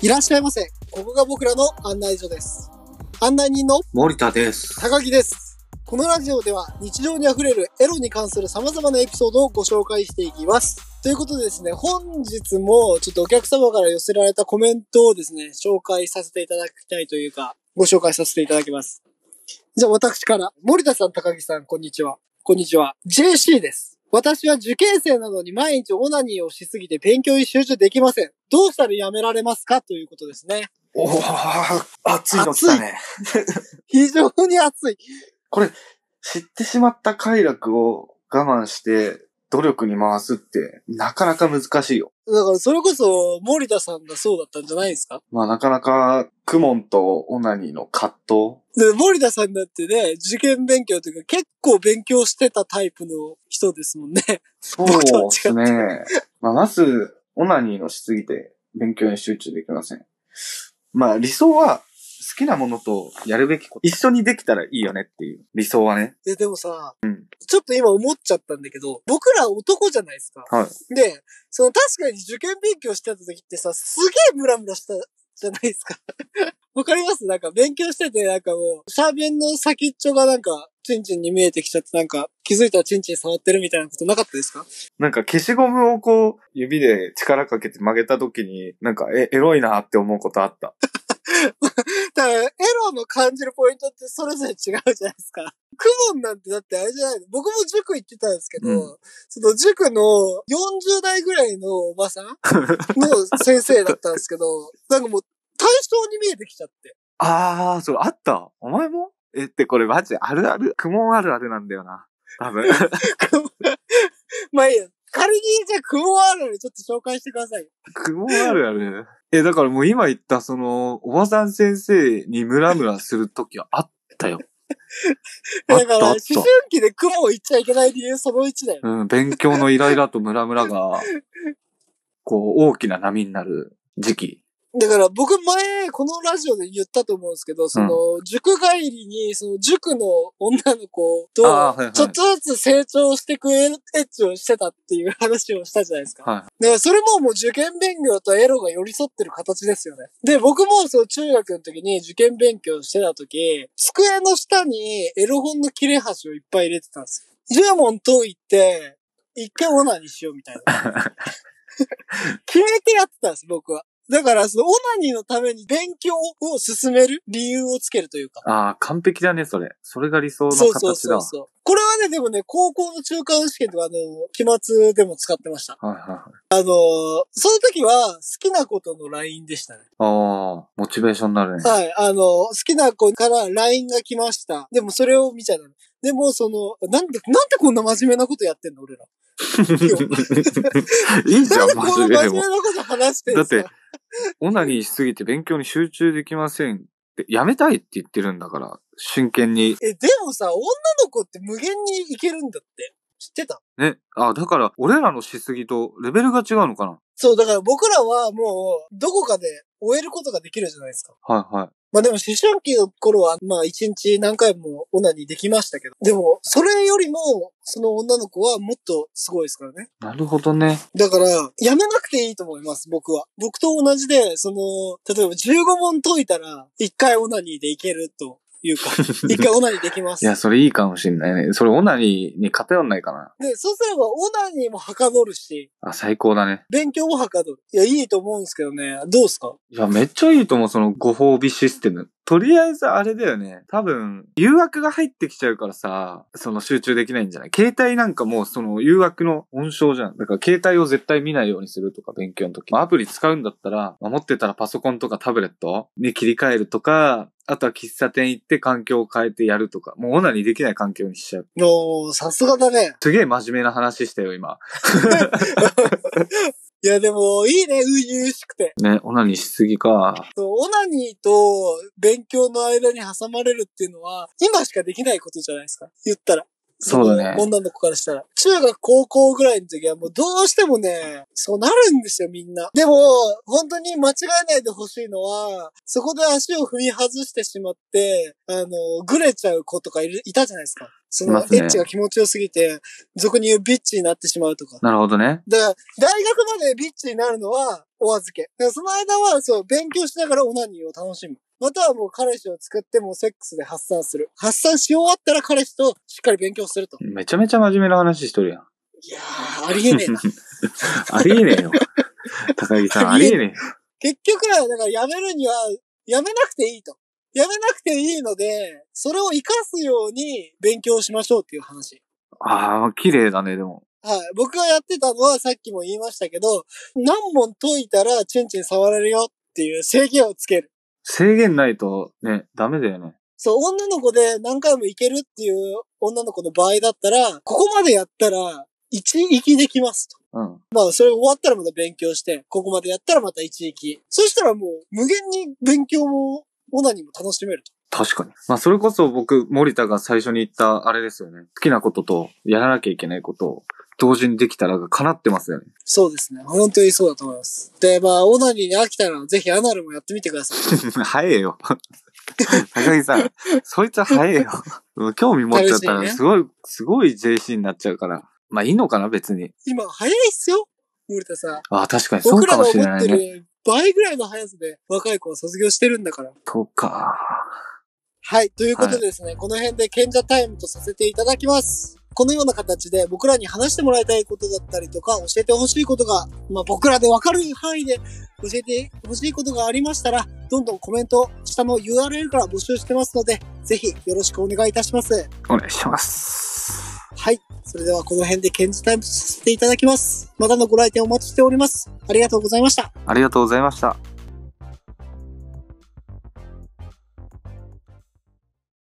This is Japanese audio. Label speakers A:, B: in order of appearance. A: いらっしゃいませ。ここが僕らの案内所です。案内人の
B: 森田です。
A: 高木です。このラジオでは日常にあふれるエロに関する様々なエピソードをご紹介していきます。ということでですね、本日もちょっとお客様から寄せられたコメントをですね、紹介させていただきたいというか、ご紹介させていただきます。じゃあ私から、森田さん、高木さん、こんにちは。こんにちは。JC です。私は受験生なのに毎日オナニーをしすぎて勉強に集中できません。どうしたらやめられますかということですね。
B: おお、熱いの来たね。
A: 非常に熱い。
B: これ、知ってしまった快楽を我慢して努力に回すって、なかなか難しいよ。
A: だからそれこそ森田さんがそうだったんじゃないですか
B: まあなかなか、クモンとオナニーの葛藤。
A: で森田さんだってね、受験勉強というか結構勉強してたタイプの人ですもんね。
B: そう
A: 僕とは違
B: で
A: って
B: すね。まあまず、オナニーのしすぎて勉強に集中できません。まあ理想は、好きなものとやるべきこと、一緒にできたらいいよねっていう。理想はね。
A: で、でもさ、
B: うん
A: ちょっと今思っちゃったんだけど、僕ら男じゃないですか。
B: はい。
A: で、その確かに受験勉強してた時ってさ、すげえムラムラしたじゃないですか。 わかりますなんか勉強してて、なんかもう、シャーベンの先っちょがなんか、チンチンに見えてきちゃって、なんか、気づいたらチンチン触ってるみたいなことなかったですか
B: なんか消しゴムをこう、指で力かけて曲げた時に、なんか、え、エロいなって思うことあった。
A: だから、エロの感じるポイントってそれぞれ違うじゃないですか。クモンなんてだってあれじゃないの僕も塾行ってたんですけど、
B: うん
A: その塾の40代ぐらいのおばさんの先生だったんですけ ど、なんかもう対象に見えてきちゃって。
B: あー、それあったお前もえってこれマジあるある、クモンあるあるなんだよな。多 分。
A: まあいいや。仮にじゃあクモンあるのでちょっと紹介してください。
B: クモンあるある。え、だからもう今言ったその、おばさん先生にムラムラする時はあった よ。あっ
A: だか
B: た
A: ら、
B: あっ
A: 思
B: た
A: 春期でクモン行っちゃいけない理由その1だよ。
B: うん、勉強のイライラとムラムラが、こう、大きな波になる時期。
A: だから僕前、このラジオで言ったと思うんですけど、その、塾帰りに、その塾の女の子
B: あ
A: と
B: ーはいは、い
A: ちょっとずつ成長してくエッチをしてたっていう話をしたじゃないですか。
B: は
A: で、それももう受験勉強とエロが寄り添ってる形ですよね。で、僕もその中学の時に受験勉強してた時、机の下にエロ本の切れ端をいっぱい入れてたんですよ。10問解いて、一回オナにしようみたいな。 決めてやってたんです、僕は。だから、その、オナニーのために勉強を進める理由をつけるというか。
B: ああ、完璧だね、それ。それが理想の
A: そう
B: 形だ。
A: そうそうそう。これはね、でもね、高校の中間試験とか、あの、期末でも使ってました。
B: はいはいはい。
A: あのー、その時は、好きなことの LINE でしたね。
B: ああ、モチベーションになるね。
A: はい、あのー、好きな子から LINE が来ました。でも、それを見ちゃうの。でも、その、なんで、なんでこんな真面目なことやってんの、俺ら。
B: いいじ
A: な
B: ゃ
A: ん
B: ん、
A: で
B: マ
A: こ
B: ジ
A: んな
B: で。
A: 真面目
B: も
A: なこと話してん
B: だ
A: の
B: って、オナニーしすぎて勉強に集中できませんって、やめたいって言ってるんだから、真剣に。
A: え、でもさ、女の子って無限にいけるんだって。知ってた
B: ね。あ、だから、俺らのしすぎとレベルが違うのかな
A: そう、だから僕らはもう、どこかで終えることができるじゃないですか。
B: はいはい。
A: まあでも思春期の頃は、まあ一日何回もオナにできましたけど、でも、それよりも、その女の子はもっとすごいですからね。
B: なるほ どね。
A: だから、やめなくていいと思います、僕は。僕と同じで、その、例えば15問解いたら、1回オナにでいけるという か、1回オナにできま
B: い
A: す。
B: や、それいいかもしんないね。それオナニーに偏んないかな。
A: で、そうすればオナにもはかどるし、
B: あ、最高だね。
A: 勉強もはかどる。いや、いいと思うんですけどね。どうですか
B: いや、めっちゃいいと思う、そのご褒美システム。とりあえずあれだよね。多分、誘惑が入ってきちゃうからさ、その集中できないんじゃない携帯なんかもうその誘惑の温床じゃん。だから携帯を絶対見ないようにするとか、勉強の時。まあアプリ使うんだったら、まあ持ってたらパソコンとかタブレットに切り替えるとか、あとは喫茶店行って環境を変えてやるとか、もうオナにできない環境にしちゃう。
A: おー、さすがだね。
B: すげえ真面目な話したよ、今。
A: いや、でも、いいね、初々しくて。
B: ね、オナにしすぎか。
A: そうオナニーと勉強の間に挟まれるっていうのは、今しかできないことじゃないですか。言ったら。
B: そうだね
A: の女の子からしたら。中学、高校ぐらいの時はもうどうしてもね、そうなるんですよ、みんな。でも、本当に間違えないでほしいのは、そこで足を踏み外してしまって、あの、ぐれちゃう子とかいるいたじゃないですか。そ
B: い
A: の、
B: ますね
A: エッチが気持ちよすぎて、俗に言うビッチになってしまうとか。
B: なるほどね。
A: だから、大学までビッチになるのはお預け。だからその間は、そう、勉強しながらオナニーを楽しむ。またはもう彼氏を作ってもうセックスで発散する。発散し終わったら彼氏としっかり勉強すると。
B: めちゃめちゃ真面目な話しとるやん。
A: いやー、ありえねえな。
B: ありえね えよ。高木さん、ありえね
A: 結局は、だからやめるには、やめなくていいと。やめなくていいので、それを活かすように勉強しましょうっていう話。
B: え。ああ、綺麗だね、でも。
A: はい。僕がやってたのはさっきも言いましたけど、何問解いたらチンチン触られるよっていう制限をつける。
B: 制限ないとね、ダメだよね。
A: そう、女の子で何回もいけるっていう女の子の場合だったら、ここまでやったら、一息できますと。
B: うん。
A: まあ、それ終わったらまた勉強して、ここまでやったらまた一息。そしたらもう、無限に勉強も、オナニーも楽しめると。
B: 確かに。まあ、それこそ僕、森田が最初に言った、あれですよね。好きなことと、やらなきゃいけないことを、同時にできたらが叶ってますよね。
A: そうですね。本当にそうだと思います。で、まあ、オナニーに飽きたら、ぜひアナルもやってみてください。
B: 早え よ。高木さん、そいつは早えよ。もう興味持っちゃった
A: 楽しいね
B: ら、すごい、すごい JC になっちゃうから。まあ、いいのかな、別に。
A: 今、早いっすよ森田さん。
B: ああ、確かに、そう
A: 僕
B: からも
A: が
B: しれ
A: 思
B: な
A: っ
B: い
A: て
B: ね。
A: る倍ぐらいの速さで若い子は卒業してるんだから。
B: そうか。
A: はい。ということでですね、この辺で賢者タイムとさせていただきます。このような形で僕らに話してもらいたいことだったりとか、教えてほしいことが、まあ僕らでわかる範囲で教えてほしいことがありましたら、どんどんコメント、下の URL から募集してますので、ぜひよろしくお願いいたします。
B: お願いします。
A: はい。それではこの辺で賢者タイムとさせていただきます。またのご来店お待ちしております。ありがとうございました。
B: ありがとうございました。